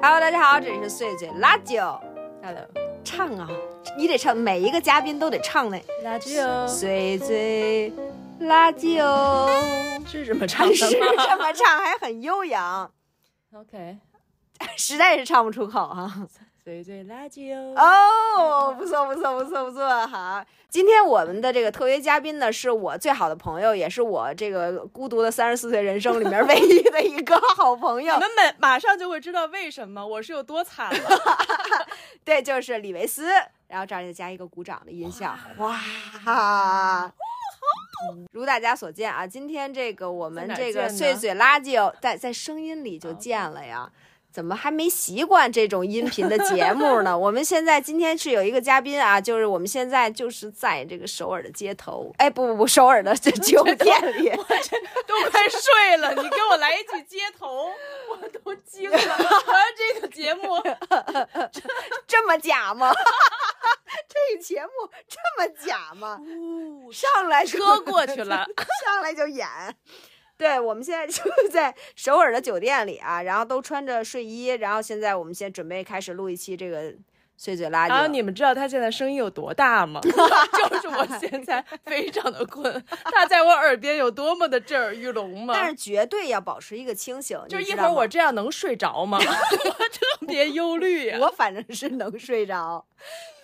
Hello，大家好，这里是碎嘴拉酒， Hello，唱啊，你得唱，每一个嘉宾都得唱呢。辣椒碎嘴拉酒，是这么唱唱是的吗这么唱还很悠扬， ？OK，实在是唱不出口哈、嘴嘴辣椒哦，不错不错不错不错，好。今天我们的这个特约嘉宾呢，是我最好的朋友，也是我这个孤独的三十四岁人生里面唯一的一个好朋友你。们马马上就会知道为什么我是有多惨 了。对，就是李维斯。然后这儿再加一个鼓掌的音效，哇！如大家所见啊，今天这个我们在哪这儿个见呢哦碎嘴垃圾哦在在声音里就见了呀。怎么还没习惯这种音频的节目呢？我 们现在今天是有一个嘉宾啊，就是我们现在就是在这个首尔的街头，哎，不不不，首尔的这 酒店里，都快睡了，你给我来一句街头，我都惊了。 我要这个节目，这么假吗？ 这节目这么假吗？呜，上来就车过去 了。上来就演。 对，我们现在就 在首尔的酒店里啊，然后都穿着睡衣，然后现在我们先准备开始录一期这个碎嘴垃圾。然啊后你们知道他现在声音有多大吗？ 就是我现在非常的困，他在我耳边有多么的震耳欲聋吗？但是绝对要保持一个清醒。就是你一知会道儿吗我这样能睡着吗？ 我特别忧虑啊呀、我反正是能睡着，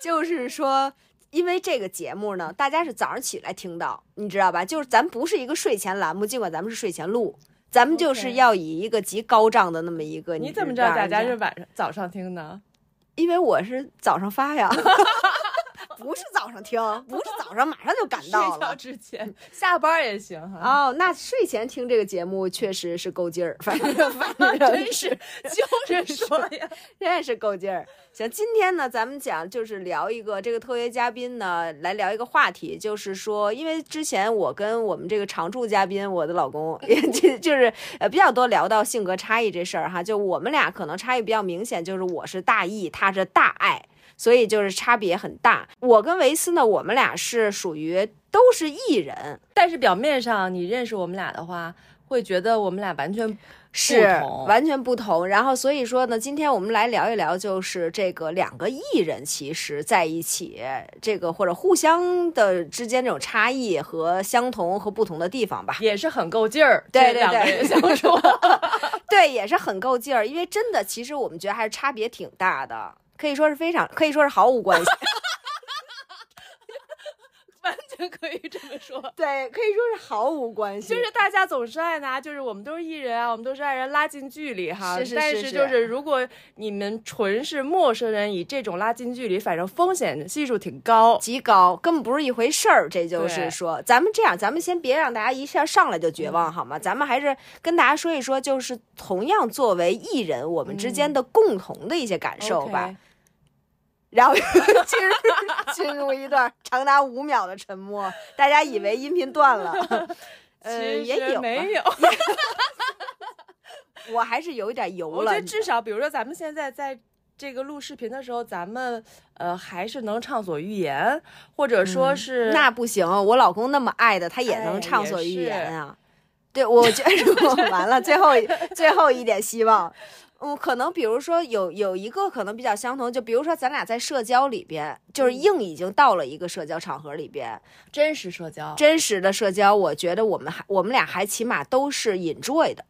就是说。因为这个节目呢，大家是早上起来听到，你知道吧？就是咱不是一个睡前栏目，尽管咱们是睡前录，咱们就是 OK 要以一个极高涨的那么一个。你怎么知让道大人家是晚上早上听呢？因为我是早上发呀， 不是早上听，不是早上马上就赶到 睡觉了。之前，嗯啊下班也行哈。哦，那睡前听这个节目确实是够劲儿，反 正反正 真是，就是说呀，真的是够劲儿。行，今天呢，咱们讲就是聊一个这个特约嘉宾呢，来聊一个话题，就是说，因为之前我跟我们这个常驻嘉宾，我的老公也就就是呃比较多聊到性格差异这事儿哈，就我们俩可能差异比较明显，就是我是大义，他是大爱。所以就是差别很大。我跟维斯呢，我们俩是属于都是艺人，但是表面上你认识我们俩的话，会觉得我们俩完全是同完全不同。然后所以说呢，今天我们来聊一聊，就是这个两个艺人其实在一起，这个或者互相的之间这种差异和相同和不同的地方吧。也是很够劲儿。对对这两个对 人相处，对，也是很够劲儿，因为真的，其实我们觉得还是差别挺大的，可以说是非常，可以说是毫无关系。完全可以这么说。 对，可以说是毫无关系。 就是大家总是爱拿，就是我们都是艺人啊，我们都是爱人拉近距离哈。是是但是是是就是如果你们纯是陌生人，以这种拉近距离，反正风险系数挺高。极高，根本不是一回事儿。这就是对说，咱们这样，咱们先别让大家一下上来就绝嗯望，好吗？咱们还是跟大家说一说，就是同样作为艺人，我们之间的共同的一些感受吧。嗯 OK 然后进入进入一段长达五秒的沉默，大家以 为音频断了，呃，其也实有吧，没有，我还是有一点油我觉了得。至少，比如说咱们现在在这个录视频的时候，咱们呃还是能畅所欲言，或者说是、嗯那不行，我老公那么爱的，他也能哎畅也所欲是言啊。对，我觉得我完了，最后一最后一点希望。嗯，可能比如说有有一个可能比较相同，就比如说咱俩在社交里边，就是嗯硬已经到了一个社交场合里边，真实社交。真实的社交，我觉得我们还我们俩还起码都是 enjoy 的，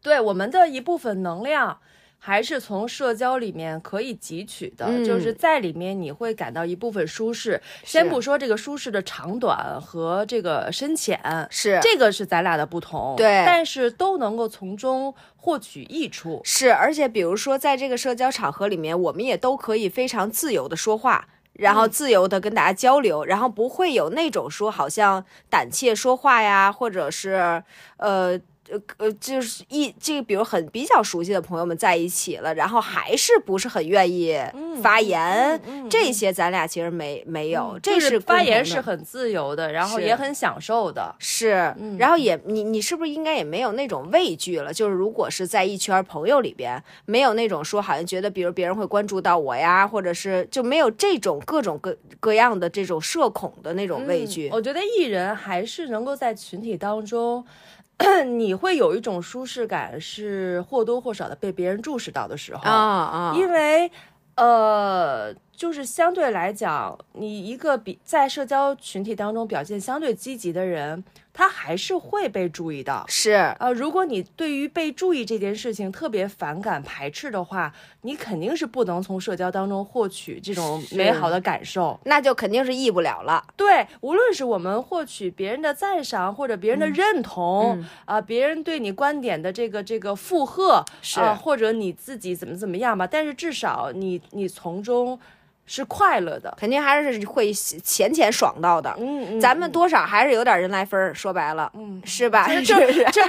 对我们的一部分能量。还是从社交里面可以汲取的，嗯就是在里面你会感到一部分舒适。先不说这个舒适的长短和这个深浅，是这个是咱俩的不同。对但是都能够从中获取益处。是，而且比如说在这个社交场合里面，我们也都可以非常自由的说话。然嗯后自由的跟大家交流，然后不会有那种说好像胆怯说话呀，或者是呃呃呃，就是一这个，比如很比较熟悉的朋友们在一起了，然后还是不是很愿意嗯发言，这些咱俩其实没没有，这嗯就是是发言共同是的很自由的，然后是也很享受的。是，嗯然后也你你是不是应该也没有那种畏惧了？就是如果是在一圈朋友里边，没有那种说好像觉得，比如别人会关注到我呀，或者是就没有这种各种各各样的这嗯哦种社恐的那种畏惧。我觉得艺人还是能够在群体当中， 你会有一种舒适感，是或多或少的被别人注视到的时候，啊啊，因为呃，就是相对来讲，你一个比在社交群体当中表现相对积极的人，他还是会被注意到。是呃，如果你对于被注意这件事情特别反感、排斥的话，你肯定是不能从社交当中获取这种美好的感受。那就肯定是异不了了。对，无论是我们获取别人的赞赏或者嗯别人的认同，啊、别人对你观点的这个这个附和，是啊或者你自己怎么怎么样吧，但是至少你你从中是快乐的。肯定还是会浅浅爽到的。嗯，嗯咱们多少还是有点人来分儿，说白了，嗯是吧？这是不是这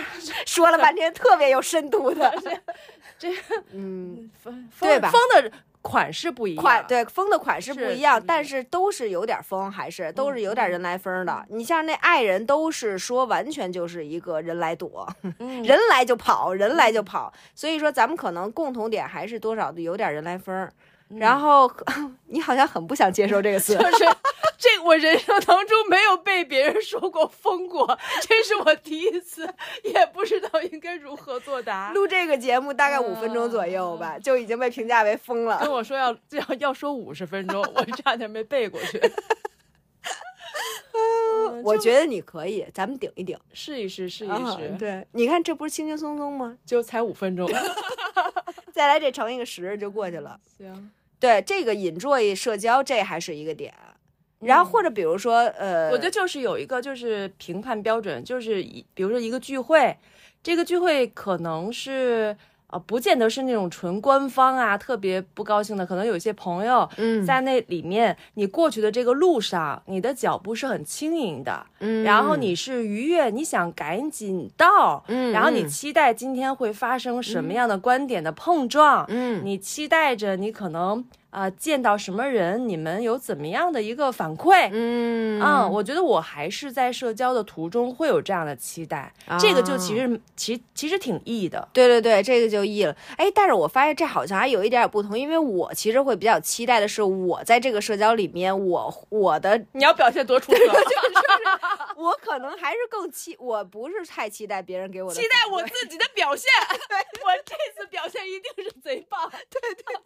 说了半天特别有深度的， 这嗯，风对吧风的款式不一样，款对风的款式不是一样，嗯但是都是有点风，还是都是有点人来疯儿的。嗯你像那爱人，都是说完全就是一个人来躲，嗯 人来就跑，人来就跑。所以说咱们可能共同点还是多少有点人来疯儿。然后 你好像很不想接受这个词，嗯 就是这我人生当中没有被别人说过疯过，这是我第一次，也不知道应该如何作答。录这个节目大概五分钟左右嗯吧，就已经被评价为疯了。跟我说要要要说五十分钟，我差点没背过去。嗯我就觉得你可以，咱们顶一顶，试一试，试一啊试，对，你看这不是轻轻松松吗？就才五分钟。 再来这乘一个十就过去了。行，对，这个 enjoy 社交这还是一个点。然后或者比如说，呃，嗯我觉得就是有一个就是评判标准，就是一比如说一个聚会，这个聚会可能是呃不见得是那种纯官方啊，特别不高兴的，可能有一些朋友嗯在那里面，你过去的这个路上，你的脚步是很轻盈的，嗯然后你是愉悦，你想赶紧到，嗯然后你嗯期待今天会发生什么样的观点的碰撞，嗯你期待着你可能啊、呃见到什么人，你们有怎么样的一个反馈。嗯嗯，我觉得我还是在社交的途中会有这样的期待，啊这个就其实其其实挺易的。对对对，这个就易了。哎，但是我发现这好像还有一点点不同，因为我其实会比较期待的是，我在这个社交里面，我我的你要表现多 出色，啊我可能还是更期，我不是太期待别人给我的期反待馈我自己的表现， 我这次表现一定是贼棒。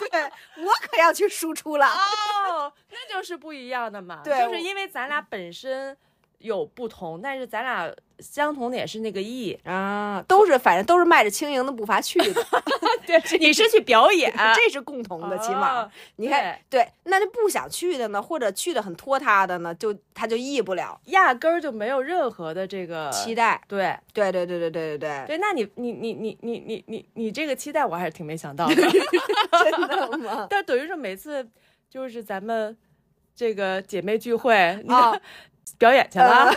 对，我可要去输出了。哦，那就是不一样的嘛。对就是因为咱俩本身有不同，但是咱俩相同点是那 个 E。啊，都是反正都是迈着轻盈的步伐去的，对，你是去表演，这是共同的，起码哦你看，对，那就不想去的呢，或者去的很拖沓的呢，就他就意不了压根儿就没有任何的这个期。待。对对对对对对对对，那你你你你你你你你这个期待我还是挺没想 到的，对，真的吗？但等于说每次就是咱们这个姐妹聚会，你啊，表演去了，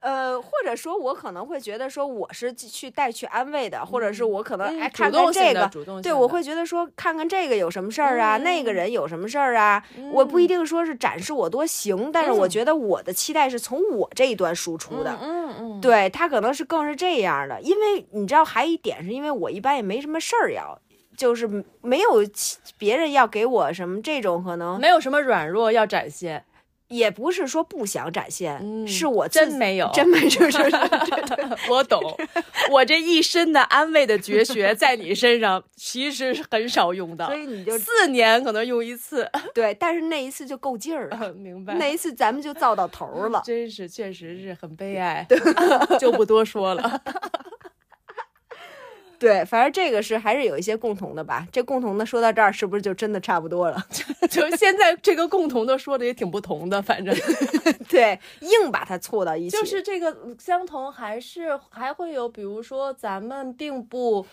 呃，或者说，我可能会觉得说我是去带去安慰的，或者是我可能嗯哎主看动看性这的，个，主动性对的我会觉得说看看这个有什么事儿啊，那个人有什么事儿啊，我不一定说是展示我多行，但是我嗯觉得我的期待是从我这一端输出的，嗯嗯，对他可能是更是这样的，因为你知道，还一点是因为我一般也没什么事儿要，就是没有其别人要给我什么这种可能，没有什么软弱要展现，也不是说不想展现，嗯是我自真己没有，呃真 没事儿，是我懂，我这一身的安慰的绝学在你身上其实是很少用所的，以 你就四年可能用一次。对，但是那一次就够劲儿了， 明那一次咱们就造到头儿 了。真是确实是很悲哀， 就不多说了。对，反正这个是还是有一些共同的吧。这共同的说到这儿，是不是就真的差不多了？ 就现在这个共同的说的也挺不同的，反正对，硬把它凑到一起， 就是这个相同还是还会有，比如说咱们并不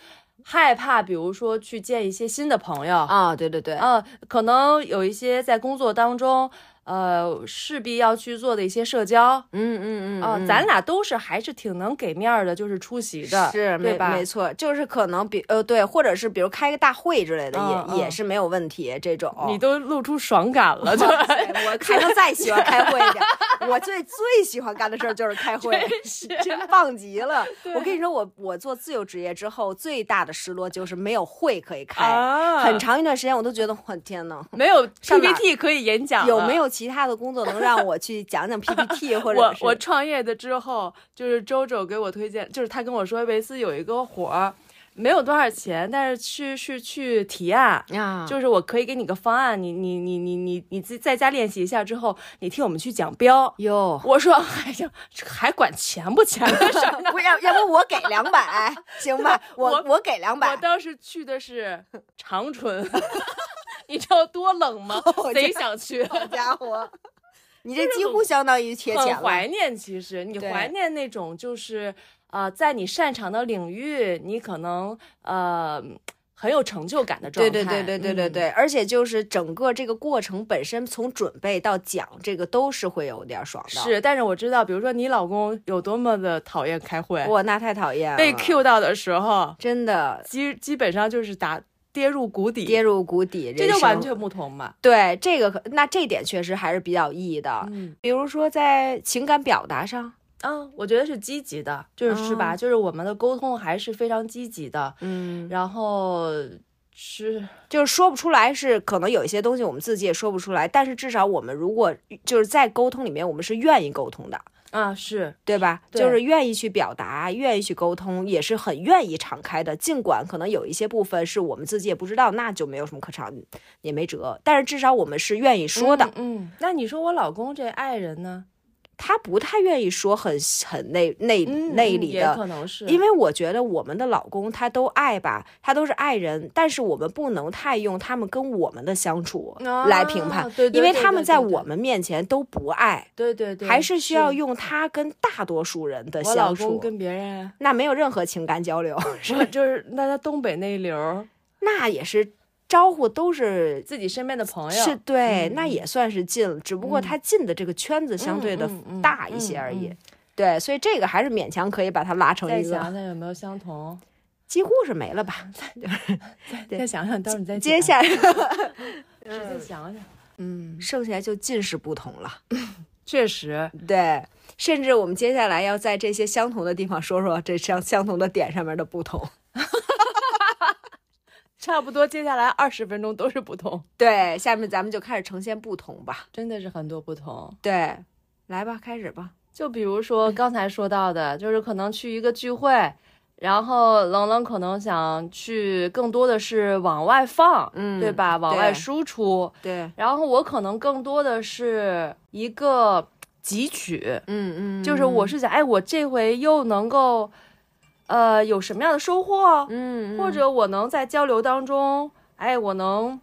害怕，比如说去见一些新的朋友，啊，对对对，啊，可能有一些在工作当中，呃，势必要去做的一些社交啊、嗯嗯嗯嗯咱俩都是还是挺能给面儿的，就是出席的，是对没吧？没错，就是可能比呃对，或者是比如开个大会之类的，嗯也也嗯是没有问题。这种你都露出爽感 了，就对我还能再喜欢开会去，我最最喜欢干的事儿就是开会， 真棒极了。我跟你说，我我做自由职业之后，最大的失落就是没有会可以开，啊很长一段时间我都觉得我天呐，没有上哪儿 PPT 可以演讲了，有没有其他的工作能让我去讲讲 PPT 或者我是我创业的之后，就是周周给我推荐，就是他跟我说维斯有一个活儿，没有多少钱，但是去是去提案，啊，就是我可以给你个方案，你你你你你你自己在家练习一下之后，你替我们去讲标。哟，。我说，哎呀，这还管钱不钱啊的事儿 呢不要要不我给两 百行吧？我我我给两我百，当时去的是长春， 你知道多冷吗 我？贼想去，好家伙， 你这几乎相当于贴很钱了。怀念。其实你对怀念那种就是呃，在你擅长的领域，你可能呃很有成就感的状对态。对对对对对嗯。对，而且就是整个这个过程本身，从准备到讲这个都是会有点爽的。，是，但是我知道，比如说你老公有多么的讨厌开会，哇，那太讨厌了，被 Q 到的时候，真的基基本上就是打跌入嗯谷底，跌入谷底，这人就生完全不同嘛。对这个可，那这点确实还是比较意义的。嗯比如说在情感表达上，啊，我觉得是积极的，就是是吧？就是我们的沟通还是非常积极的，嗯，然后是就是说不出来是可能有一些东西我们自己也说不出来，但是至少我们如果就是在沟通里面，我们是愿意沟通的，啊是对吧？对就是愿意去表达，愿意去沟通，也是很愿意敞开的。尽管可能有一些部分是我们自己也不知道，那就没有什么可长也没辙。但是至少我们是愿意说的。嗯。嗯那你说我老公这爱人呢？他不太愿意说很很内内嗯，内嗯里也的可能是因为我觉得我们的老公他都爱吧，他都是爱人，但是我们不能太用他们跟我们的相处啊来评判，对对因为对他对们对在对我们面前都不爱，对对对，还是需要用他跟大多数人的我老相公处，跟别 人，那没有任何情感交 流，我就是那他东北那一流儿，那也是招呼都是。自己身边的朋友是对，嗯那也算是近了，只不过他进的这个圈子相对的嗯嗯嗯大一些而已。嗯嗯对，所以这个还是勉强可以把它拉成再嗯一个，想想有没有相同，几乎是没了吧。对再想想，到时候你再接剪下来实在想想，嗯，剩下就尽是不同了。确实，对，甚至我们接下来要在这些相同的地方说说这相相同的点上面的不同。差不多接下来二十分钟都是不同，对，下面咱们就开始呈现不同吧。真的是很多不同。对，来吧，开始吧。就比如说刚才说到的，就是可能去一个聚会，然后冷冷可能想去更多的是往外放，嗯对吧？往外对输出。对，然后我可能更多的是一个汲取，嗯嗯，就是我是想，哎，我这回又能够，呃，有什么样的收获？嗯，嗯或者我能在交流当中，哎，我能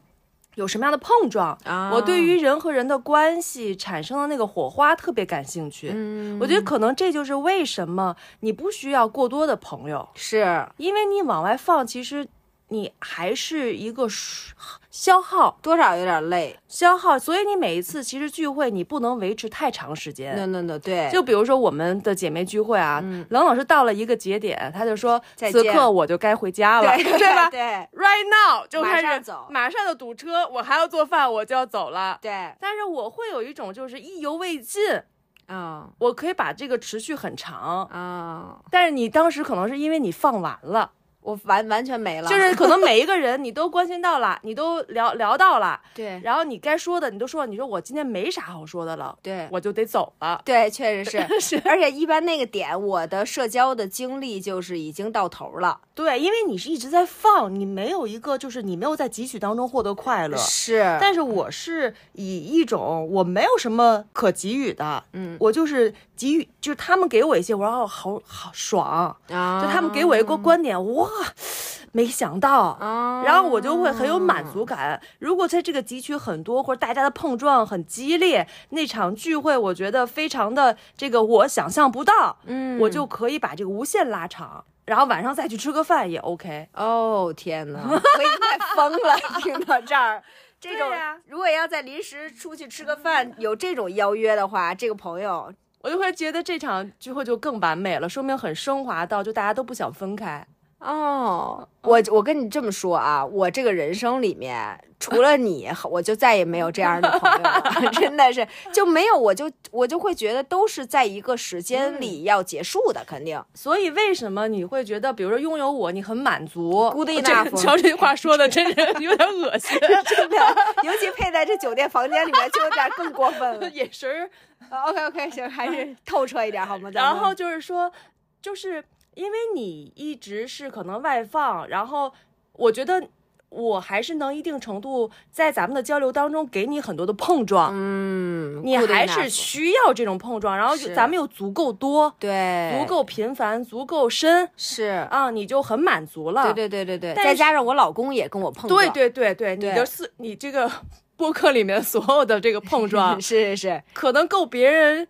有什么样的碰撞？啊，我对于人和人的关系产生的那个火花特别感兴趣。嗯我觉得可能这就是为什么你不需要过多的朋友，是因为你往外放，其实你还是一个输消耗多少有点累。消耗，所以你每一次其实聚会你不能维持太长时间。 no no no，对，呃嗯就比如说我们的姐妹聚会啊，冷老师到了一个节点，他就说再此见刻我就该回家了，对 对吧？ 对 right now 就开始马上走马上就堵车，我还要做饭，我就要走了。对，但是我会有一种就是意犹未尽，啊我可以把这个持续很长。啊，但是你当时可能是因为你放完了，我完完全没了，就是可能每一个人你都关心到了，你都聊聊到了，对然后你该说的你都说了，你说我今天没啥好说的了，对我就得走了。。对，确实是 是而且一般那个点，我的社交的经历就是已经到头了。对，因为你是一直在放，你没有一个就是你没有在汲取当中获得快乐。是，但是我是以一种我没有什么可给予的，嗯，我就是给予，就是他们给我一些，我说哦好好爽，啊就他们给我一个观点，哇，没想到。啊，然后我就会很有满足感。如果在这个汲取很多，或者大家的碰撞很激烈，那场聚会我觉得非常的这个我想象不到，嗯，我就可以把这个无限拉长，然后晚上再去吃个饭也 OK。哦天哪， 我已经快疯 了，听到这儿。这种、对呀如果要在临时出去吃个饭，有这种邀约的话，这个朋友我就会觉得这场聚会就更完美了，说明很升华到就大家都不想分开。哦，嗯我我跟你这么说啊，我这个人生里面除了你，我就再也没有这样的朋友了， 真的是就没有，我就我就会觉得都是在一个时嗯间里要结束的，肯定。所以为什么你会觉得，比如说拥有我，你很满足 Good 这 enough 瞧这句话说的真是 有点 恶心，。真的，尤其配在这酒店房间里面，就有点更过分了 眼神儿。 OK OK，行，还是 透彻一点好吗？咱们然后就是说，就是因为你一直是可能外放，然后我觉得我还是能一定程度在咱们的交流当中给你很多的碰撞，嗯，你 good 还是 enough 需要这种碰撞，然后是咱们又足够多、对足够频繁、足够深是，啊，你就很满足了。对对对对对，嗯但再是加上我老公也跟我碰撞，对对对对，你的对四你这个 播客里面所有的这个碰 撞，是是是，可能够别人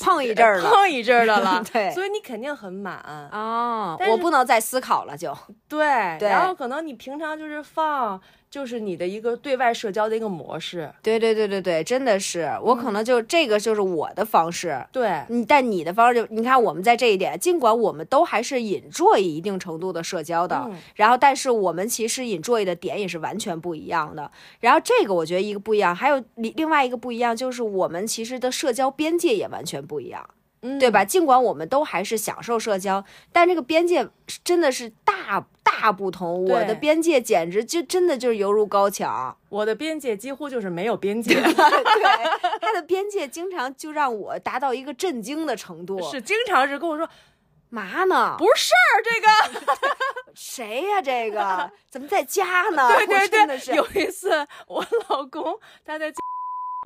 碰一阵儿了。，碰一阵儿的了 对所以你肯定很满。哦，但我是不能再思考了，就对，对然后可能你平常就是放，就是你的一个对外社交的一个模式。对对对对对，真的是，我可能就这个就是我的方式，对，你但你的方式就，你看我们在这一点，尽管我们都还是 enjoy 一定程度的社交的，嗯然后但是我们其实 enjoy 的点也是完全不一样的。然后这个我觉得一个不一样，还有另另外一个不一样就是我们其实的社交边界也完全不一样。嗯对吧？？尽管我们都还是享受社交，但这个边界真的是大大不同。对我的边界简直就真的就是犹如高墙， 我的边界几乎就是没有边界，对他的边界经常就让我达到一个震惊的程度。 是经常是跟我说嘛呢？不是事儿，这个谁呀、这 个怎么在家呢？对我对真的啊是对。有一次我老公他在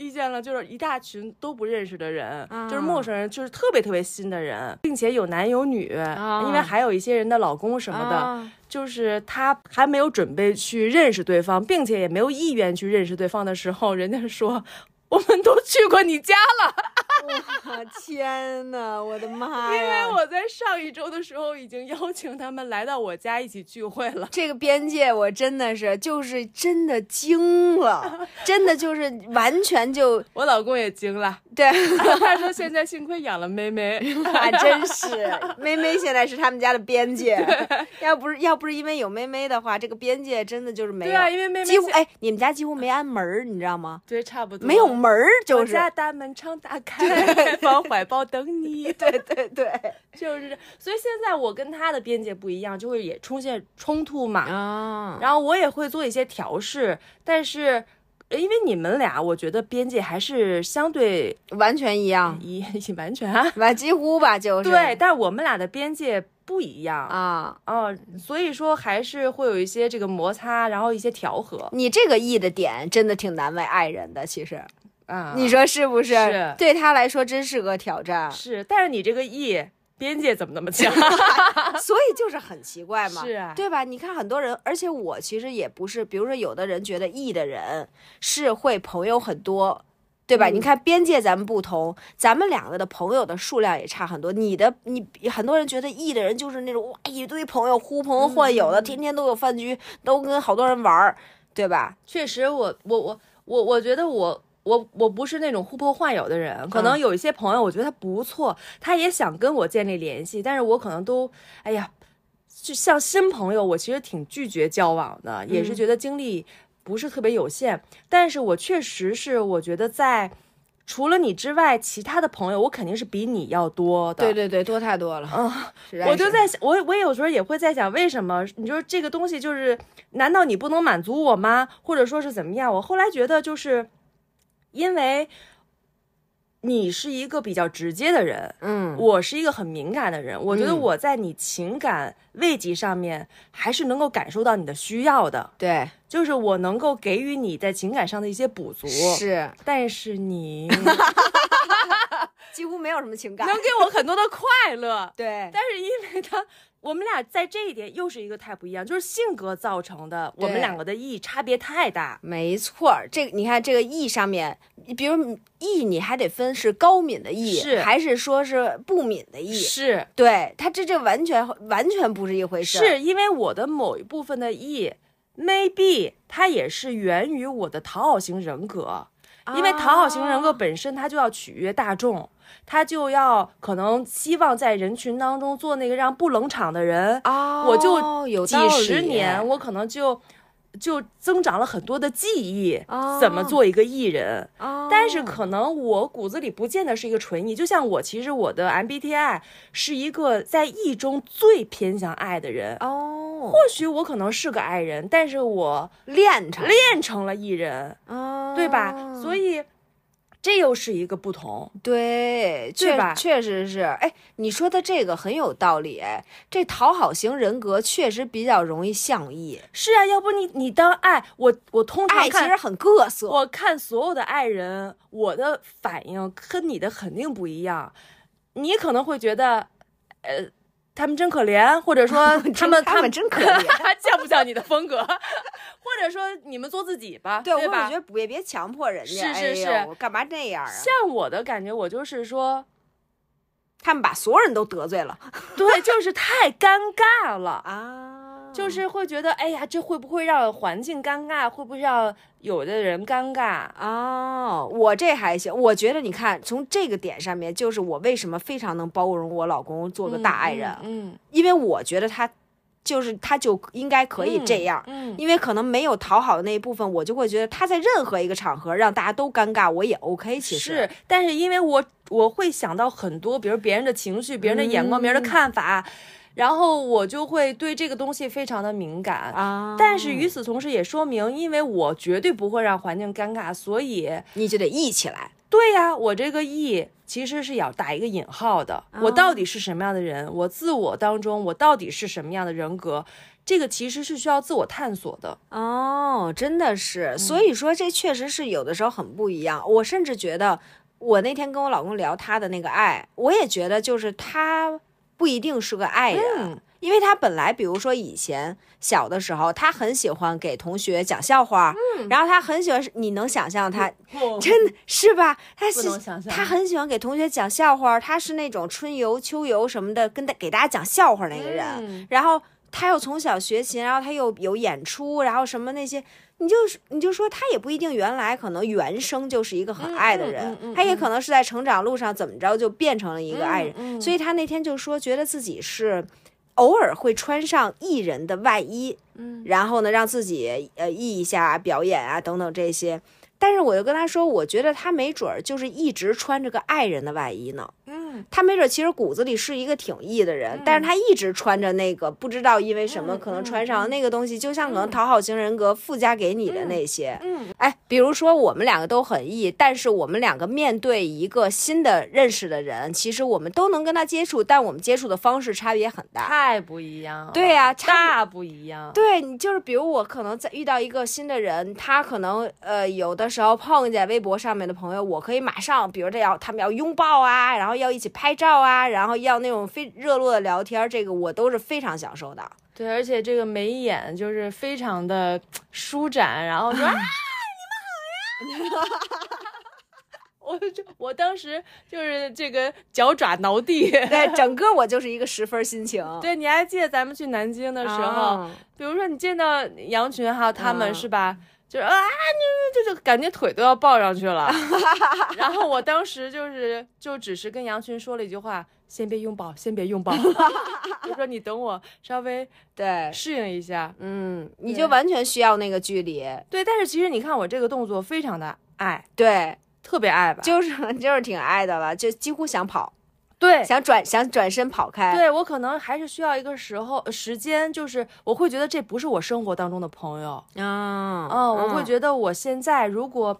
遇见了就是一大群都不认识的人，啊就是陌生人，就是特别特别新的人，并且有男有女，啊因为还有一些人的老公什什么的。就是他还没有准备去认识对方，并且也没有意愿去认识对方的时候，人家说。我们都去过你家了，哇天呐，我的妈因为呀！我在上一周的时候已经邀请他们来到我家一起聚会了。这个边界我真的是就是真的惊 了，真的就是完全就我老公也惊了， 对。他说现在幸亏养了 妹妹， 啊，真是妹妹现在是他们家的边界，要不是要不是因为有妹妹的话，这个边界真的就是没有，对啊，因为妹妹几乎现哎，你们家几乎没安门儿，你知道吗？对差不多没有门儿，就我是家大门常 打开，开放怀抱等你。对对对就是，所以现在我跟他的边界不一样，就会也出现冲突嘛。啊，然后我也会做一些调试，但是呃因为你们俩，我觉得边界还是相对完全一样， 一一完全啊，完几乎吧，嗯就是对，但是我们俩的边界不一样啊、啊。哦所以说还是会有一些这个摩擦，然后一些调和你这个意的点真的挺难为爱人的，其实啊。你说是不是？是对他来说真是个挑 战，是，但是你这个 E 边界怎么那么强？所以就是很奇怪嘛。 是啊，对吧？你看很多人，而且我其实也不是，比如说有的人觉得 E 的人是会朋友很多，对吧？嗯你看边界咱们不同，咱们两个的朋友的数量也差很多。你的你很多人觉得 E 的人就是那种哇一堆朋友呼朋唤友的，天天都有饭局，都跟好多人玩儿，对吧？确实我，我我我我觉得我。我我不是那种呼朋唤友的人，可能嗯有一些朋友，我觉得他不错，他也想跟我建立联系，但是我可能都，哎呀，就像新朋友，我其实挺拒绝交往的，也嗯是觉得精力不是特别有限。但是我确实是，我觉得在除了你之外，其他的朋友，我肯定是比你要多的。对对，多太多了。嗯，我就在想，我我有时候也会在想，为什么你说这个东西就是，难道你不能满足我吗？或者说是怎么样？我后来觉得就是，因为你是一个比较直接的人，嗯，我是一个很敏感的人，我觉得嗯我在你情感慰藉上面还是能够感受到你的需要的，对，就是我能够给予你在情感上的一些补足，是但 是你几乎没有什么情感能。给我很多的快乐，对，但是因为他，我们俩在这一点又是一个太不一样，就是性格造成的，我们对两个的意义差别太大。没错儿，这个你看这个意上面，比如意你还得分是高敏的意，是还是说是不敏的意？是对，它这这完全完全不是一回事。是因为我的某一部分的意 maybe 它也是源于我的讨好型人格。啊因为讨好型人格本身他就要取悦大众，他就要可能希望在人群当中做那个让不冷场的人。哦我就有几十年，我可能就就增长了很多的技艺，哦怎么做一个艺人。哦但是可能我骨子里不见得是一个纯艺，就像我，其实我的 MBTI 是一个在艺中最偏向爱的人。哦，或许我可能是个爱人，但是我练成练成了艺人，哦，对吧？所以这又是一个不同。对，确吧确实是，哎，你说的这个很有道理，哎，这讨好型人格确实比较容易向意，是啊，要不你你当爱我，我通常爱其看实很各 色，我看所有的爱人，我的反应跟你的肯定不一样。你可能会觉得，呃，他们真可怜，或者说他们他们哦真可怜。像不像你的风格， 或者说你们做自己吧，对，我吧觉？得不也别强迫人家，是是哎是呦，我干嘛那样啊？像我的感觉，我就 是说，他们把所有人都得罪了对，就是太尴尬了，啊，就是会觉得，哎呀，这会不会让环境尴尬？会不会让有的人尴尬？哦，我这还行，我觉得你看，从这个点上面，就是我为什么非常能包容我老公做个大爱人，嗯，因为我觉得他就是他就应该可以这样。嗯，因为可能没有讨好的那一部分，我就会觉得他在任何一个场合让大家都尴尬，我也 OK。其实啊是，但是因为我我会想到很多，比如别人的情绪、别人的嗯眼光、别人的看法，然后我就会对这个东西非常的敏感。啊，但是与此同时，也说明，因为我绝对不会让环境尴尬，所以你就得义起来。对呀、我这个 E 其实是要打一个引号的。我到底是什么样的人？我自我当中，我到底是什么样的人格？这个其实是需要自我探索的。哦，真的是，所嗯以说这确实是有的时候很不一样。我甚至觉得，我那天跟我老公聊他的那个爱，我也觉得就是他不一定是个爱人。嗯因为他本来，比如说以前小的时候，他很喜欢给同学讲笑话，嗯然后他很喜欢，你能想象他、哎真的是吧？他是能想象他很喜欢给同学讲笑话，他是那种春游、秋游什么的，跟大给大家讲笑话那个人。嗯然后他又从小学琴，然后他又有演出，然后什么那些，你就是你就说他也不一定原来可能原生就是一个很爱的人，嗯嗯嗯他也可能是在成长路上怎么着就变成了一个爱人。嗯嗯所以他那天就说，觉得自己是。偶尔会穿上艺人的外衣，嗯，然后呢，让自己呃艺一下、表演啊等等这些。但是我就跟他说，我觉得他没准儿就是一直穿着个爱人的外衣呢。嗯，他没准儿其实骨子里是一个挺 E 的人，但是他一直穿着那个不知道因为什么嗯可能嗯穿上那个东西，就像可能讨好型人格附加给你的那些。嗯，哎，比如说我们两个都很 E，但是我们两个面对一个新的认识的人，其实我们都能跟他接触，但我们接触的方式差别很大。太不一样了。对呀、差大不一样。对你就是，比如我可能在遇到一个新的人，他可能呃有的时候碰见微博上面的朋友，我可以马上，比如这要他们要拥抱啊，然后要一起拍照啊，然后要那种非热络的聊天儿，这个我都是非常享受的。对，而且这个眉眼就是非常的舒展，然 后说啊，你们好呀！ 我就我当时就是这个脚爪挠地。对，整个我就是一个十分儿心情。对，你还记得咱们去南京的时候，啊比如说你见到杨群哈他们、嗯是吧？就是啊，你们这就感觉腿都要抱上去 了。然后我当时就是就只是跟杨群说了一句话：先别拥抱，先别拥抱。 我说你等我稍微对，适应一下。嗯，你对就完全需要那个距离。对，但是其实你看我这个动作非常的爱，对，特别爱吧？就是就是 挺爱的了，就几乎想跑，对。想转想转身跑开。对我可能还是需要一个时候呃时间，就是我会觉得这不是我生活当中的朋友，嗯嗯，我会觉得我现在如果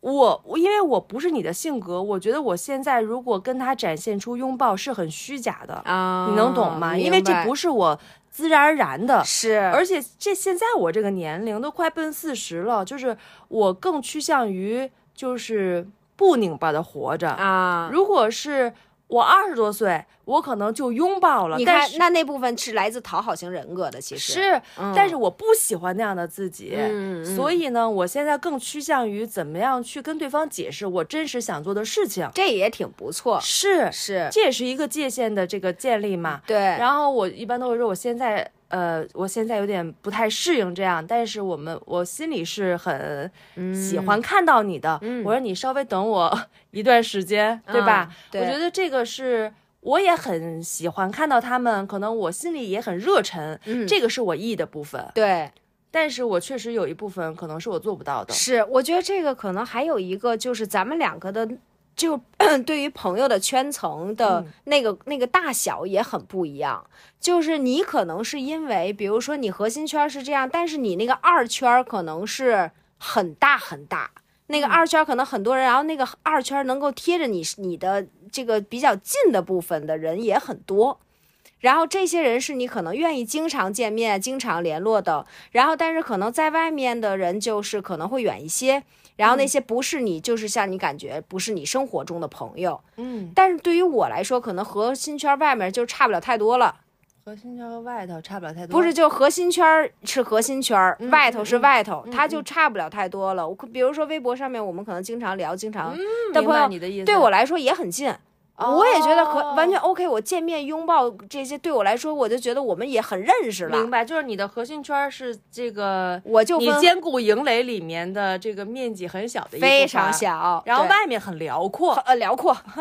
我我因为我不是你的性格，我觉得我现在如果跟他展现出拥抱是很虚假的，啊，你能懂吗？因为这明不是我自然而然的白，是，而且这现在我这个年龄都快奔四十了，就是我更趋向于就是不拧巴的活着。啊，如果是我二十多岁，我可能就拥抱了，你但看，是那那部分是来自讨好型人格的，其实是，嗯但是我不喜欢那样的自己。嗯嗯所以呢，我现在更趋向于怎么样去跟对方解释我真实想做的事情。这也挺不错，是，是这也是一个界限的这个建立嘛。对，然后我一般都会说，我现在呃，我现在有点不太适应这样，但是我们我心里是很喜欢看到你的。我说你稍微等我一段时间，嗯对吧？对我觉得这个是我也很喜欢看到他们，可能我心里也很热忱，嗯这个是我 E 的部分。对，但是我确实有一部分可能是我做不到的。是，我觉得这个可能还有一个就是咱们两个的。就 对于朋友的圈层的那个、那个大小也很不一样，就是你可能是因为，比如说你核心圈是这样，但是你那个二圈可能是很大很大，那个二圈可能很多人，然后那个二圈能够贴着你你的这个比较近的部分的人也很多，然后这些人是你可能愿意经常见面、经常联络的，然后但是可能在外面的人就是可能会远一些，然后嗯那些不是你，就是像你感觉不是你生活中的朋友，嗯，但是对于我来说，可能核心圈外面就差不了太多了，核心圈和外头差不了太多。不是，就核心圈儿是核心圈儿，嗯外头是嗯外头，嗯它就差不了太多了。我可比如说微博上面，我们可能经常聊，经常、的嗯明朋友白你的意思。对我来说也很近。我也觉得可哦完全 OK，我见面拥抱这些对我来说，我就觉得我们也很认识了明。白，就是你的核心圈是这个我就你分兼顾营垒里面的这个面积很小的一部分，啊非常，小，然后对外面很辽阔。呃辽阔，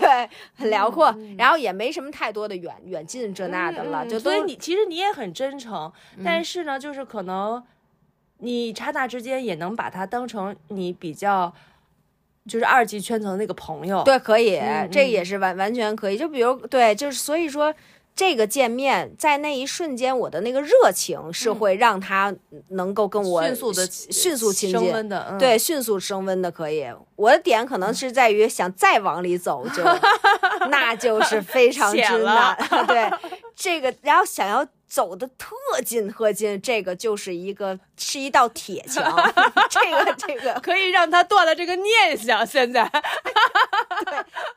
对，很辽阔，然后也没什么太多的远远近这那的了，嗯就所以都你其实你也很真诚，嗯但是呢，就是可能你刹那之间也能把它当成你比较就是二级圈层的那个朋友。，对可以嗯，这嗯也是完完全可以。就比如对，就是所以说。这个见面在那一瞬间，我的那个热情是会让他能够跟我嗯迅速的迅速亲升近，温的，嗯、对，迅速升温的可以。我的点可能是在于想再往里走 就，那就是非常浅之难了。 对，这个然后想要走的特近特近，这个就是一个是一道铁 墙。这个这个，可以让他断了这个念想。现在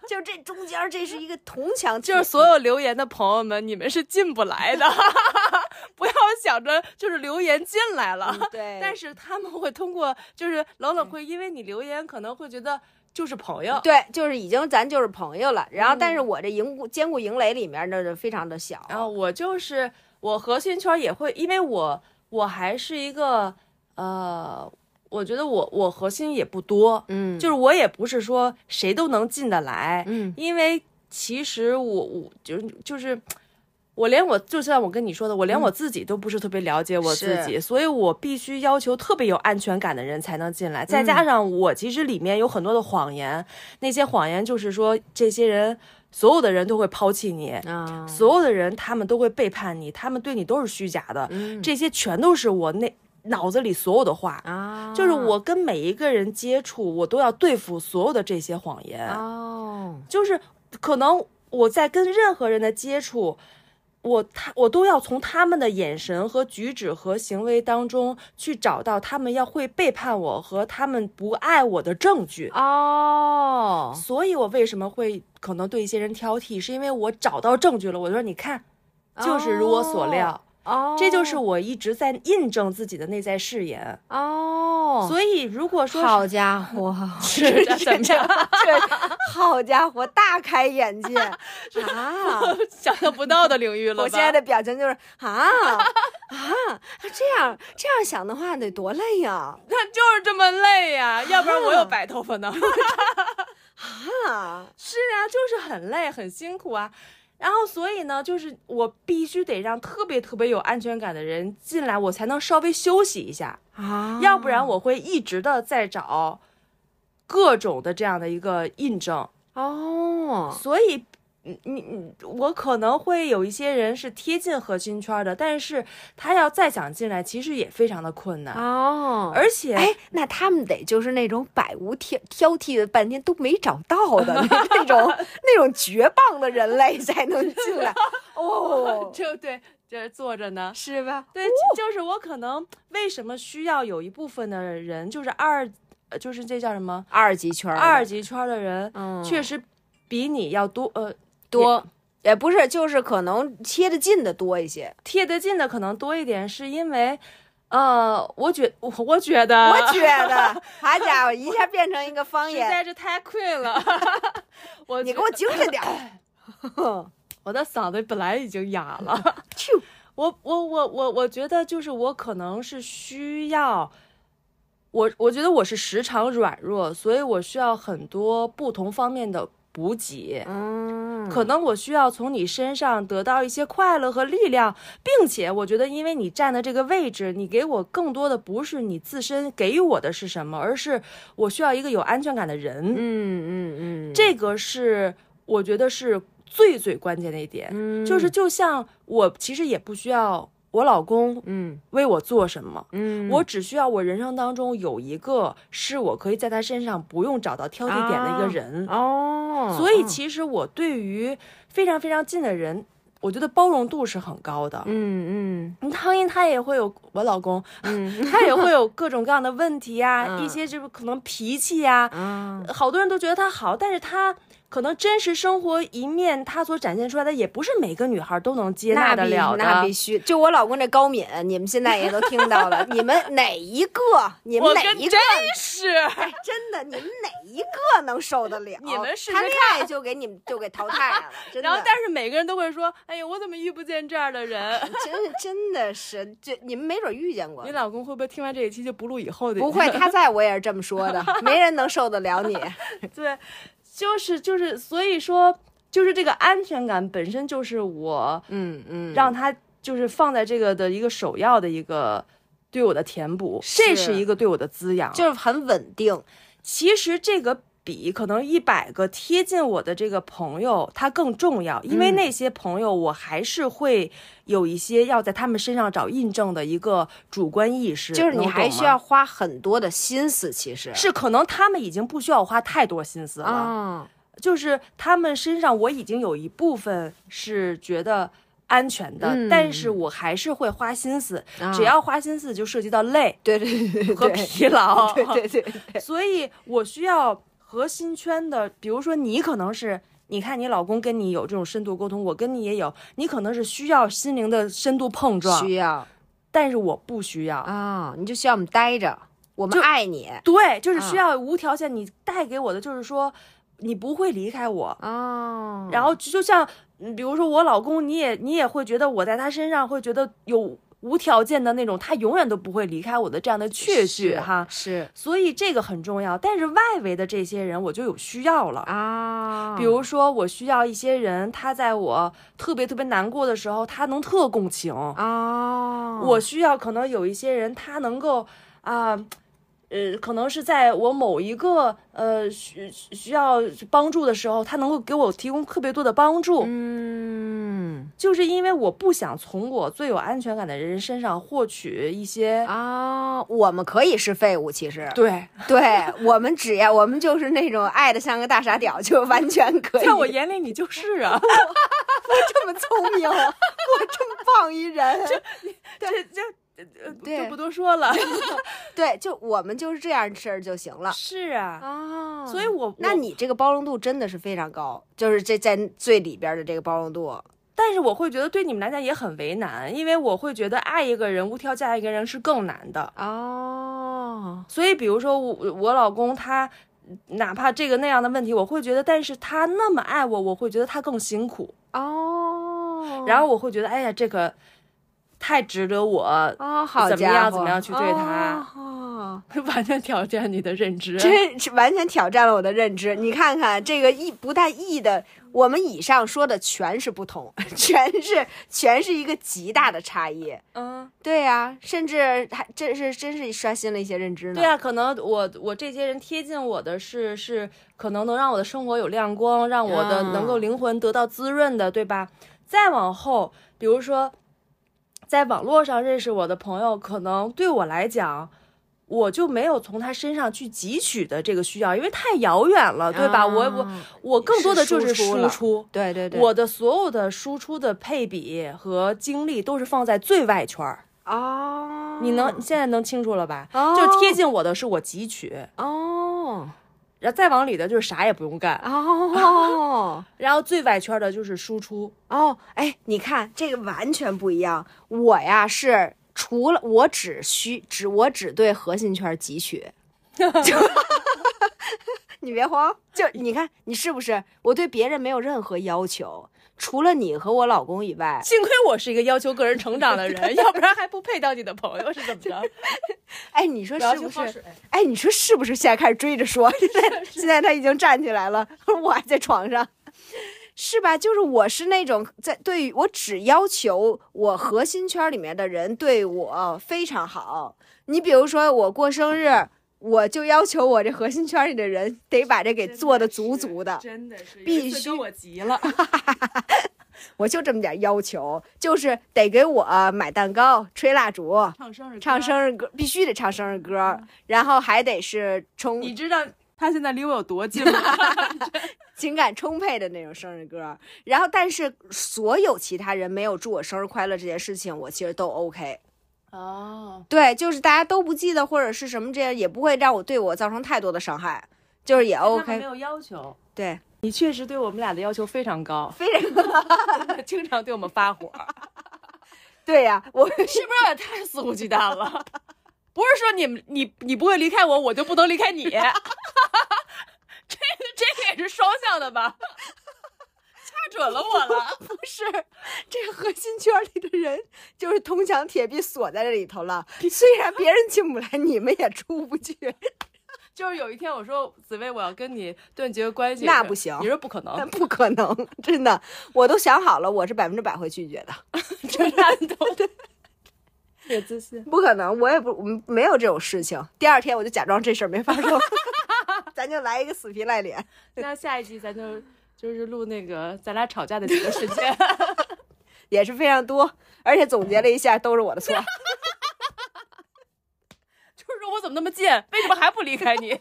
就这中间儿这是一个铜墙铁壁，就是所有留言的朋友们，你们是进不来的， 不要想着就是留言进来了。嗯对，但是他们会通过，就是冷冷会因为你留言，可能会觉得就是朋友。对，就是已经咱就是朋友了。然后，但是嗯我这营固坚固营垒里面儿那就非常的小，然后我就是我核心圈也会，因为我我还是一个呃，我觉得我我核心也不多，嗯，就是我也不是说谁都能进得来，嗯因为其实我我就是就是。我连我就像我跟你说的，我连我嗯自己都不是特别了解我自己，所以我必须要求特别有安全感的人才能进来。嗯再加上我其实里面有很多的谎言，那些谎言就是说这些人所有的人都会抛弃你，啊，所有的人他们都会背叛你，他们对你都是虚假嗯的，这些全都是我那脑子里所有的话。啊，嗯就是我跟每一个人接触，我都要对付所有的这些谎言。哦，就是可能我在跟任何人的接触，我他我都要从他们的眼神和举止和行为当中去找到他们要会背叛我和他们不爱我的证据。哦，所以我为什么会可能对一些人挑剔，是因为我找到证据了。我就说你看，就是如我所料，哦，这就是我一直在印证自己的内在誓言。哦，所以如果说好家 伙，是是的怎么样，好家伙，大开眼 界啊！想象不到的领域了吧，我现在的表情就是啊啊，这样这样想的话得多累呀他 就是这么累呀、要不然我有白头发呢。啊！ 是啊，就是很累，很辛苦啊。然后，所以呢，就是我必须得让特别特别有安全感的人进来，我才能稍微休息一下，啊，要不然我会一直的在找各种的这样的一个印证。哦，所以，你你你，我可能会有一些人是贴近核心圈的，但是他要再想进来，其实也非常的困难。哦，而且，哎，那他们得就是那种百无挑挑剔了半天都没找到的 那那种那种绝棒的人类才能进 来哦，就对， 这坐着呢，是吧？对，就是我可能为什么需要有一部分的人，就是二，呃就是这叫什么二级圈儿的，二级圈的人，嗯确实比你要多，呃，多，也不是，就是可能贴得近的多一些。贴得近的可能多一点，是因为，呃，我觉我我觉得，我 觉得，好家伙，一下变成一个方实言，在是太困了， 我你觉给我精神点儿。 我的嗓子本来已经哑了，啾我我我我我觉得就是我可能是需要，我我觉得我是时常软弱，所以我需要很多不同方面的补给。嗯，可能我需要从你身上得到一些快乐和力量，并且我觉得，因为你站的这个位置，你给我更多的不是你自身给予我的是什么，而是我需要一个有安全感的人。嗯嗯嗯，这个是我觉得是最最关键的一点，嗯就是就像我其实也不需要我老公嗯为我做什么。嗯，我只需要我人生当中有一个是我可以在他身上不用找到挑剔点的啊一个人，哦，所以其实我对于非常非常近的人，我觉得包容度是很高的。嗯嗯当然，他也会有我老公，嗯 他也会有各种各样的问题呀、嗯一些就是可能脾气呀、啊，好多人都觉得他好，但是他可能真实生活一面，他所展现出来的也不是每个女孩都能接纳得必了的。那必须，就我老公这高敏，你们现在也都听到了，你们哪一个？你们我哪跟一个真？是，哎真的，你们哪一个能受得了？你们试试谈恋爱就给你们就给淘汰 了，真的。然后但是每个人都会说，哎呀，我怎么遇不见这样的 人？真是真的是，这你们没准遇 见过你。老公会不会听完这一期就不录以后的？不会，他在我也是这么说 的，没人能受得了你。对，就是就是，所以说，就是这个安全感本身就是我嗯嗯让他就是放在这个的一个首要的一个对我的填补，这是是一个对我的滋养。就是很稳定。其实这个比可能一百个贴近我的这个朋友，他更重要，因为嗯那些朋友我还是会有一些要在他们身上找印证的一个主观意识，就是能你懂还需吗要花很多的心思，其实是可能他们已经不需要我花太多心思了，啊，就是他们身上我已经有一部分是觉得。安全的，嗯但是我还是会花心思，啊只要花心思就涉及到累对对对对和对疲 劳，对 对对对，所以我需要核心圈的，比如说你可能是，你看你老公跟你有这种深度沟通，我跟你也有，你可能是需要心灵的深度碰撞需，要但是我不需要。啊，你就需要我们待着，我们就爱你对，就是需嗯要无条件，你带给我的就是说，你不会离开我。啊然后就就像，嗯比如说我老公，你也你也会觉得我在他身上会觉得有无条件的那种，他永远都不会离开我的这样的确据哈。是所以这个很重要，但是外围的这些人我就有需要了。啊，比如说，我需要一些人，他在我特别特别难过的时候，他能特共情。啊，我需要可能有一些人，他能够啊。呃，可能是在我某一个呃需需需要帮助的时候，他能够给我提供特别多的帮助，嗯就是因为我不想从我最有安全感的人身上获取一些。啊，我们可以是废物，其实对， 对我们只要我们就是那种爱的像个大傻屌，就完全可以。在我眼里你就是 啊，这么聪 明，我这么棒一人，这这呃对就不多说了。对，就我们就是这样事儿就行了 是啊，啊所以我那我你这个包容度真的是非常高，就是这在最里边的这个包容度，但是我会觉得对你们来讲也很为难，因为我会觉得爱一个人无条件爱一个人是更难的。哦，所以，比如说我我老公他，哪怕这个那样的问题，我会觉得，但是他那么爱我，我会觉得他更辛苦，哦，然后我会觉得，哎呀，这个太值得我 哦，好怎么家伙，样怎么样去对他哦，完全挑战你的认知。真是完全挑战了我的认知。你看看这个意不带意的，我们以上说的全是不同， 全是全是一个极大的差异。嗯，对呀、甚至还真是真是刷新了一些认知呢。对啊，可能我我这些人贴近我的是是可能能让我的生活有亮光，让我的嗯能够灵魂得到滋润的，对吧？再往后，比如说在网络上认识我的朋友，可能对我来讲。我就没有从他身上去汲取的这个需要，因为太遥远了，对吧？我我啊我更多的就是是输出了输出，对对对，我的所有的输出的配比和精力都是放在最外圈儿。哦，你能你现在能清楚了吧？哦就贴近我的是我汲取，哦然后再往里的就是啥也不用干，哦。然后最外圈的就是输出。哦，哎，你看这个完全不一样。我呀是除了我只需只我只对核心圈汲取，就你别慌，就你看你是不是？我对别人没有任何要求，除了你和我老公以外，幸亏我是一个要求个人成长的 人，要不然还不配当你的朋友是怎么着？哎，你说不要是去不泡是？水。哎，你说是不是？现在开始追着说，现在现在他已经站起来了， 我还在床上，是吧？就是我是那种在对于我只要求我核心圈里面的人对我非常好。你比如说我过生日，我就要求我这核心圈里的人得把这给做的足足的，真的是必须我急 了。我就这么点要求，就是得给我买蛋糕、吹蜡烛。唱生日，唱。生日歌必须得唱生日歌，然后还得是充你知道他现在离我有多近吗？情感充沛的那种生日歌。然后，但是所有其他人没有祝我生日快乐这件事情，我其实都 OK。 哦，对，就是大家都不记得或者是什么这样，也不会让我对我造成太多的伤害，就是也他们 OK 没。有要求。对，你确实对我们俩的要求非常高，非常 经常对我们发火，对呀、我是不是有点太肆无忌惮了？ 不是说你们你你不会离开我，我就不能离开你，这 个这个也是双向的吧？ 掐准了我了，不是 这个核心圈里的人，就是铜墙铁壁锁在这里头了。虽然别人进不来，你们也出不 去。就是有一天我说紫薇，我要跟你断绝关系，那不行你说不可能，但不可能，真的，我都想好了，我是百分之百会拒绝的， 这大都对，也自信。不可能，我也不嗯没有这种事情。第二天我就假装这事儿没发 生，咱就来一个死皮赖脸。那下一集咱就就是录那个咱俩吵架的几个瞬间， 也是非常多，而且总结了一下，都是我的 错。就是说我怎么那么贱，为什么还不离开你？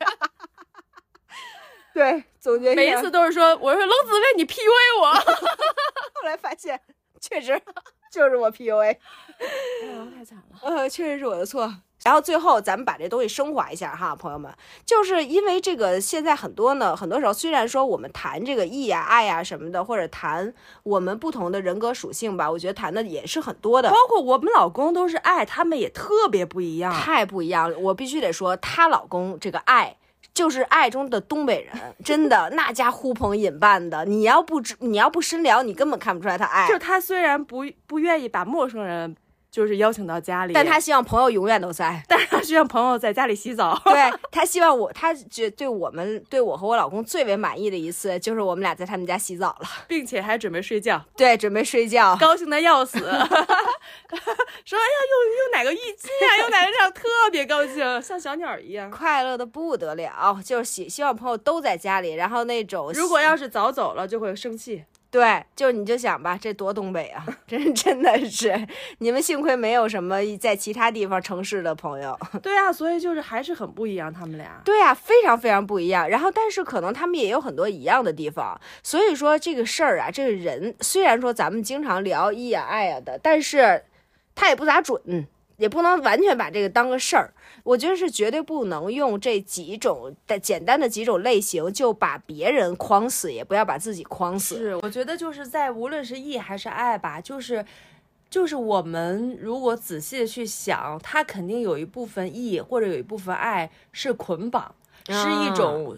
对，总结每一下次，都是说，我说冷子薇你 PUA 我，后来发现确实就是我 PUA，太惨了。呃，确实是我的错。然后最后咱们把这东西升华一下哈，朋友们，就是因为这个现在很多呢，很多时候虽然说我们谈这个义呀、爱呀、什么的，或者谈我们不同的人格属性吧，我觉得谈的也是很多的。包括我们老公都是爱，他们也特别不一样。太不一样了。我必须得说，她老公这个爱。就是爱中的东北人， 真的那家呼朋引伴的，你要不知你要不深聊，你根本看不出来他爱就。是他虽然不不愿意把陌生人就是邀请到家里，，但他希望朋友永远都在 但是他是让朋友在家里洗澡。对他希望我，他觉对我们对我和我老公最为满意的一次，就是我们俩在他们家洗澡了， 并且还准备睡觉，对，准备睡觉。高兴的要 死，说哎呀，用用哪个浴巾啊，用哪个这样，特别高兴，像小 鸟一样。快乐的不得了，就是希希望朋友都在家里，然后那种如果要是早走了，就会 生气。对，就是你就想吧，这多东北啊， 真真的是，你们幸亏没有什么在其他地方城市的朋友。对啊，所以就是还是很不一样，他们俩。对啊，非常非常不一样。然后，但是可能他们也有很多一样的地方，所以说这个事儿啊，这个人虽然说咱们经常聊一呀爱呀啊的，但是他也不咋准，也不能完全把这个当个事儿。我觉得是绝对不能用这几种的简单的几种类型就把别人框死，也不要把自己框死。是，我觉得就是在无论是义还是爱吧，就是就是我们如果仔细的去想，它肯定有一部分义或者有一部分爱是捆绑，是一种。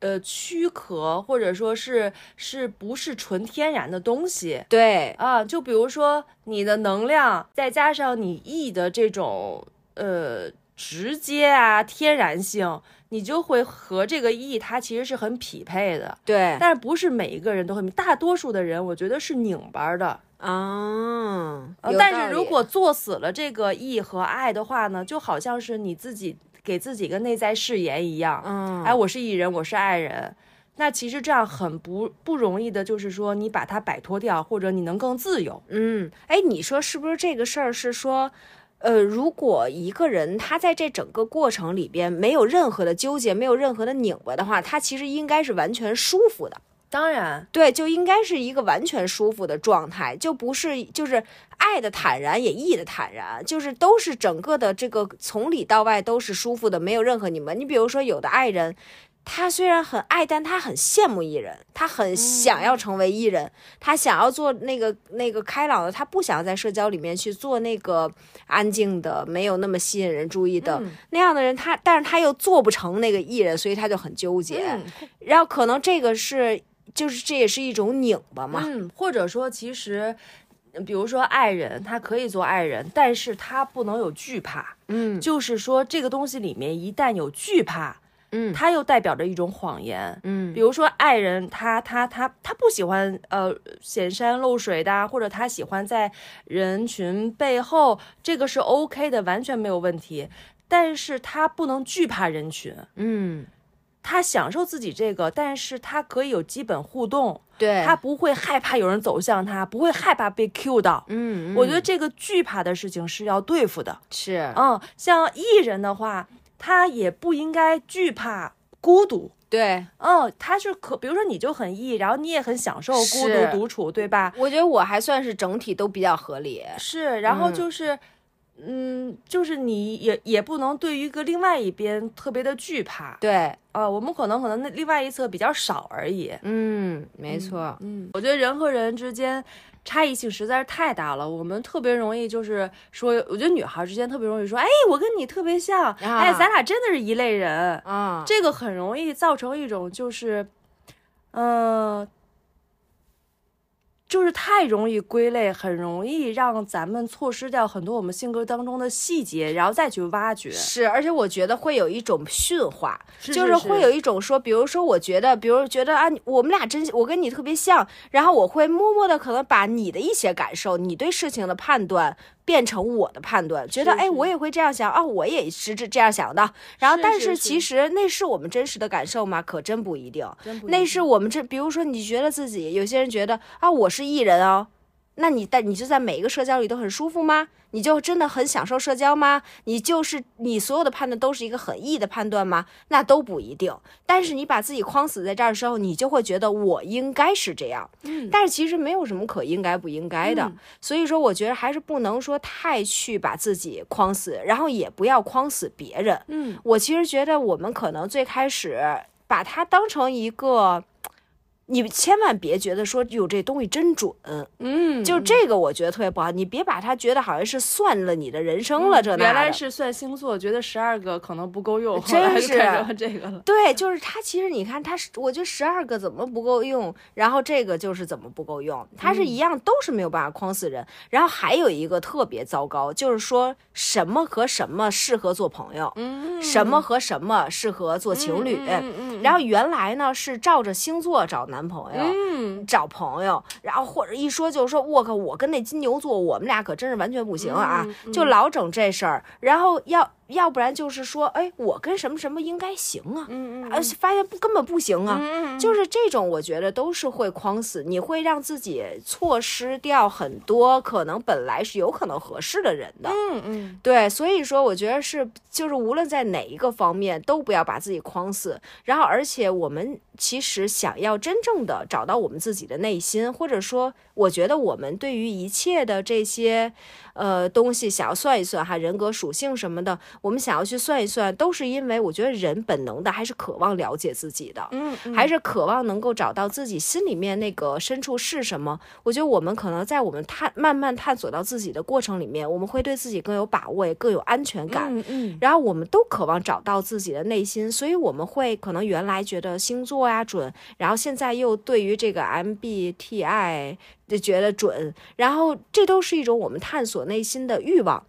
呃，躯壳或者说是是不是纯天然的东西？对，啊，就比如说你的能量，再加上你 E 的这种呃直接啊天然性，你就会和这个 E 它其实是很匹配的。对，但是不是每一个人都会，大多数的人我觉得是拧巴儿的。啊呃，有但道是如理果做死了这个 E 和爱的话呢，就好像是你自己给自己一个内在誓言一样。嗯哎，我是艺人，我是爱人。那其实这样很不不容易的，就是说你把它摆脱掉，或者你能更自由。嗯，哎，你说是不是这个事儿是说，呃，如果一个人他在这整个过程里边没有任何的纠结，没有任何的拧巴的话，他其实应该是完全舒服的，当然，对，就应该是一个完全舒服的状态，就不是就是爱的坦然也意的坦然，就是都是整个的这个从里到外都是舒服的，没有任何拧巴。你比如说有的爱人。他虽然很爱，但他很羡慕艺人，他很想嗯要成为艺人，他想要做那个那个开朗的，他不想在社交里面去做那个安静的、没有那么吸引人注意嗯的、那样的人。他，但是他又做不成那个艺人，所以他就很纠结。嗯然后可能这个是就是这也是一种拧巴嘛。嗯，或者说其实。嗯比如说爱人，他可以做爱人，但是他不能有惧怕。嗯就是说，这个东西里面一旦有惧怕，嗯它又代表着一种谎言。嗯比如说，爱人他他他他不喜欢呃显山露水的啊，或者他喜欢在人群背后，这个是 OK 的，完全没有问题。但是他不能惧怕人群，嗯，他享受自己这个，但是他可以有基本互动，对，他不会害怕有人走向他，不会害怕被 Q 到。嗯，嗯我觉得这个惧怕的事情是要对付的。是嗯，像艺人的话，他也不应该惧怕孤独。对。嗯，他是可，比如说你就很 E，然后你也很享受孤是独独处，对吧？我觉得我还算是整体都比较合理。是，然后嗯就是，嗯就是你也也不能对于一个另外一边特别的惧怕。对，啊，我们可能可能那另外一侧比较少而已。嗯，没错，嗯，我觉得人和人之间差异性实在是太大了，我们特别容易就是说，我觉得女孩之间特别容易说，哎，我跟你特别像，哎，咱俩真的是一类人。啊，这个很容易造成一种就是，呃，就是太容易归类，很容易让咱们错失掉很多我们性格当中的细节，然后再去挖掘。是，而且我觉得会有一种驯化，就是会有一种说，比如说，我觉得，比如觉得啊，我们俩真，我跟你特别像，然后我会默默的可能把你的一些感受，你对事情的判断变成我的判断，觉得是哎，是我也会这样想啊，我也是这这样想的。然后，是但是是是其实那是我们真实的感受吗？可真不一定。真不一那样是我们这，比如说你觉得自己，有些人觉得啊，我是艺人哦，那你在你就在每一个社交里都很舒服吗？你就真的很享受社交吗？你就是你所有的判断都是一个很异的判断吗？那都不一定。但是你把自己框死在这儿的时候，你就会觉得我应该是这样，嗯但是其实没有什么可应该不应该的。嗯所以说，我觉得还是不能说太去把自己框死，然后也不要框死别人。嗯我其实觉得我们可能最开始把它当成一个，你千万别觉得说有这东西真准，嗯，就这个我觉得特别不好。你别把它觉得好像是算了你的人生了，这那嗯原来的是算星座，觉得十二个可能不够用，后真来是就改成这个了。对，就是它。其实你看，它是我觉得十二个怎么不够用，然后这个就是怎么不够用，它嗯是一样都是没有办法框死人。然后还有一个特别糟糕，就是说什么和什么适合做朋友，嗯什么和什么适合做情侣。嗯然后原来呢是照着星座找男朋友。嗯找朋友，然后或者一说就是说，我靠，我跟那金牛座，我们俩可真是完全不行啊，嗯就老整这事儿。然后要要不然就是说，哎，我跟什么什么应该行啊，嗯而且发现不根本不行啊，嗯就是这种，我觉得都是会框死，你会让自己错失掉很多可能本来是有可能合适的人的。嗯嗯对，所以说我觉得是，就是无论在哪一个方面，都不要把自己框死。然后，而且我们其实想要真正的找到我们自己的内心，或者说，我觉得我们对于一切的这些，呃，东西想要算一算哈，人格属性什么的，我们想要去算一算，都是因为我觉得人本能的还是渴望了解自己的。嗯嗯，还是渴望能够找到自己心里面那个深处是什么。我觉得我们可能在我们探慢慢探索到自己的过程里面，我们会对自己更有把握，也更有安全感。嗯嗯然后我们都渴望找到自己的内心，所以我们会可能原来觉得星座呀、准，然后现在又对于这个 MBTI 就觉得准，然后这都是一种我们探索内心的欲望。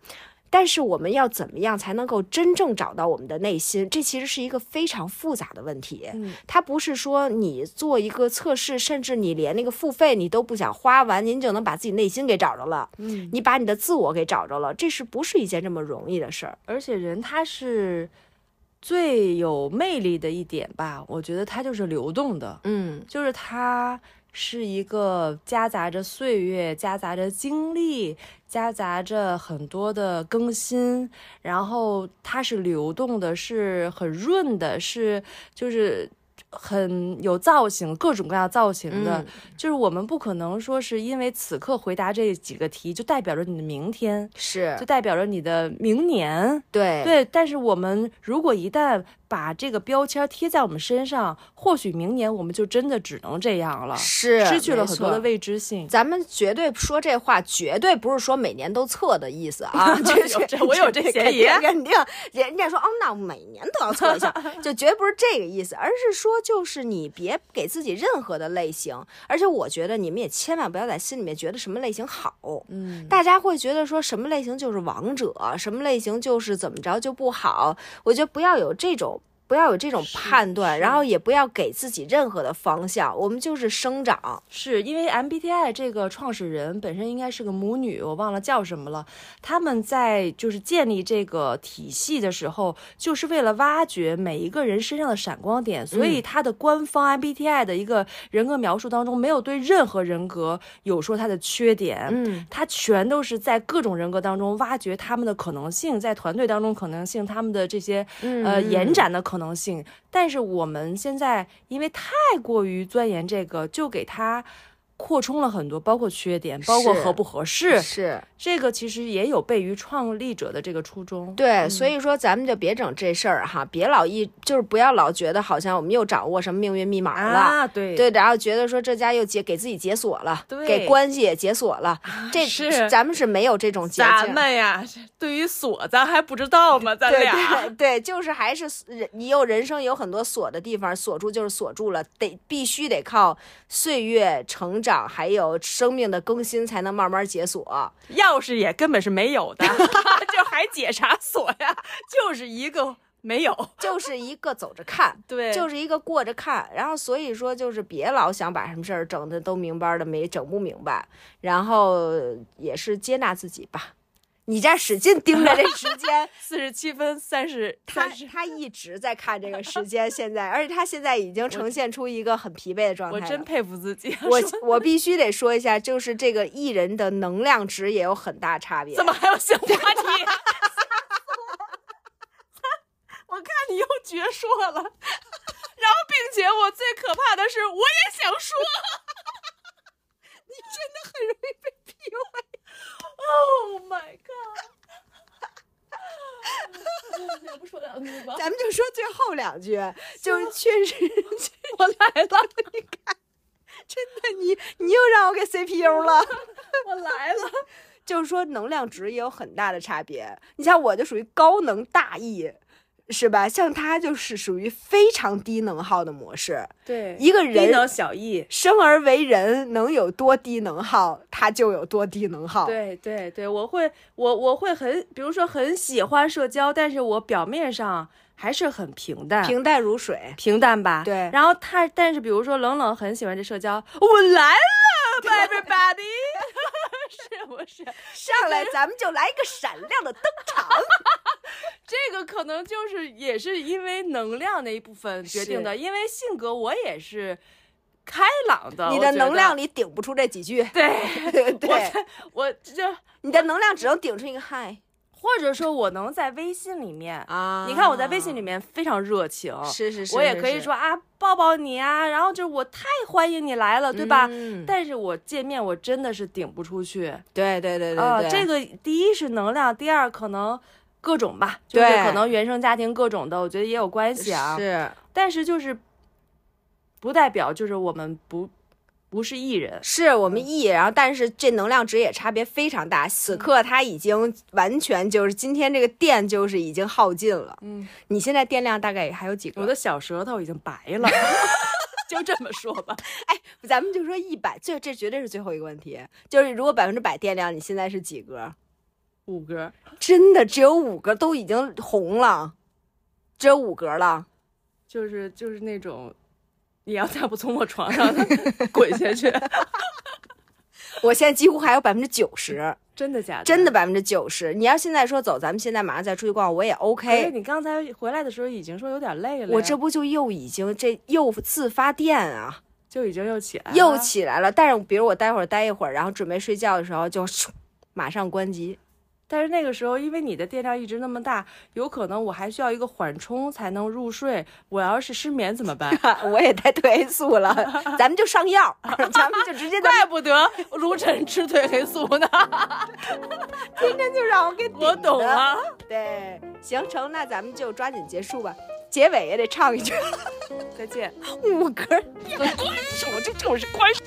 但是我们要怎么样才能够真正找到我们的内心？这其实是一个非常复杂的问题。嗯它不是说你做一个测试，甚至你连那个付费你都不想花完，您就能把自己内心给找着了，嗯，你把你的自我给找着了，这是不是一件这么容易的事儿？而且人他是最有魅力的一点吧，我觉得他就是流动的，嗯，就是他是一个夹杂着岁月、夹杂着经历、夹杂着很多的更新，然后它是流动的，是很润的，是就是。很有造型，各种各样造型的，嗯就是我们不可能说是因为此刻回答这几个题，就代表着你的明天，是就代表着你的明年，对对，但是我们如果一旦把这个标签贴在我们身上，或许明年我们就真的只能这样了，是失去了很多的。没错未知性。咱们绝对说这话，绝对不是说每年都测的意思 啊！这有这我有这嫌疑 肯定肯定人家说哦，那我每年都要测一下，就绝对不是这个意思，而是说就是你别给自己任何的类型，而且我觉得你们也千万不要在心里面觉得什么类型好，嗯，大家会觉得说什么类型就是王者，什么类型就是怎么着就不好。我觉得不要有这种。不要有这种是判断，是然后也不要给自己任何的方向，我们就是生长。是因为 MBTI 这个创始人本身应该是个母女，我忘了叫什么了。他们在就是建立这个体系的时候，就是为了挖掘每一个人身上的闪光点，所以他的官方 MBTI 的一个人格描述当中，没有对任何人格有说他的缺点。嗯，他全都是在各种人格当中挖掘他们的可能性，在团队当中可能性，他们的这些呃嗯延展的可能性。但是我们现在因为太过于钻研这个，就给他扩充了很多，包括缺点，包括是合不合适，是，这个其实也有悖于创立者的这个初衷。对，所以说咱们就别整这事儿哈，别老一就是不要老觉得好像我们又掌握什么命运密码了，啊，对对，然后觉得说这家又解给自己解锁了，对啊给关系也解锁了，这是咱们是没有这种捷咱径。们呀，对于锁咱还不知道吗？咱对俩 对对，就是还是人，你有人生有很多锁的地方，锁住就是锁住了，得必须得靠岁月成长，还有生命的更新，才能慢慢解锁。钥匙也根本是没有的， 就还解啥锁呀？ 就是一个没有。就是一个走着看，对，就是是一个过着看，然后所以说就是别老想把什么事儿整的都明白的没整不明白，然后也是接纳自己吧。你这样使劲盯着这时间四十七分三十，他 三十。他一直在看这个时间，现在，而且他现在已经呈现出一个很疲惫的状态我了。真佩服自己，啊我说我必须得说一下，就是这个艺人的能量值也有很大差别。怎么还有新 话题？我看你又绝硕了，然后并且我最可怕的是，我也想说，你真的很容易被 PUA。Oh Oh my god！要不说两句吧咱们就说最后两句，就是确实 我来了，真的，你你又让我给 CPU 了。我来了。就是说能量值也有很大的差别。你像我就属于高能大 E，是吧？像他就是属于非常低能耗的模式。对一个人小易，生而为人能有多低能耗，他就有多低能耗。对啊对对，我会我我会很，比如说很喜欢社交，但是我表面上还是很平淡，平淡如水。平淡吧。对然后他，但是比如说冷冷很喜欢这社交，我来了，everybody，是不是？上来咱们就来一个闪亮的登 场。这个可能就是也是因为能量那一部分决定的，因为性格我也是开朗的，你啊我的觉能得量。里顶不出这几句，对，我对，在我这，你的能量只能顶出一个嗨或者说我能在微信里面，啊你看我在微信里面非常热情，是是是，我也可以说啊，抱抱你啊，然后就是我太欢迎你来了，对吧？嗯但是我见面我真的是顶不出去啊、对对对对，这个个第一是能量，第二可能各种吧，就是对可能原生家庭各种的，我觉得也有关系啊。是但是就是不代表就是我们不不是艺人，是我嗯们 E，然后但是这能量值也差别非常大。此刻它已经完全就是今天这个电就是已经耗尽了。嗯，你现在电量大概还有几我个？的小舌头已经白了，就这么说 吧。哎咱们就说一百，这这绝对是最后一个问题，就是如果百分之百电量，你现在是几格？五哥，真的只有五个，都已经红了，只有五格了。就是就是那种。你要再不从我床上 滚下去，我现在几乎还有百分之九十，真的假的？真的百分之九十。你要现在说走，咱们现在马上再出去逛，我也可是 OK。哎你刚才回来的时候已经说有点累了呀，哎我这不就又已经这又自发电啊？就已经又起来了，又起来了。但是比如我待会儿待一会儿，然后准备睡觉的时候就咻马上关机。？但是那个时候，因为你的电量一直那么大，有可能我还需要一个缓冲才能入睡。我要是失眠怎么办 我也带褪黑素了，咱们就上 药，咱们就直 接在怪不得卢晨吃褪黑素呢，今天就让我给顶我懂的。了。对，行成，那咱们就抓紧结束吧。结尾也得唱一句再见。五格。关手，这这种是关手。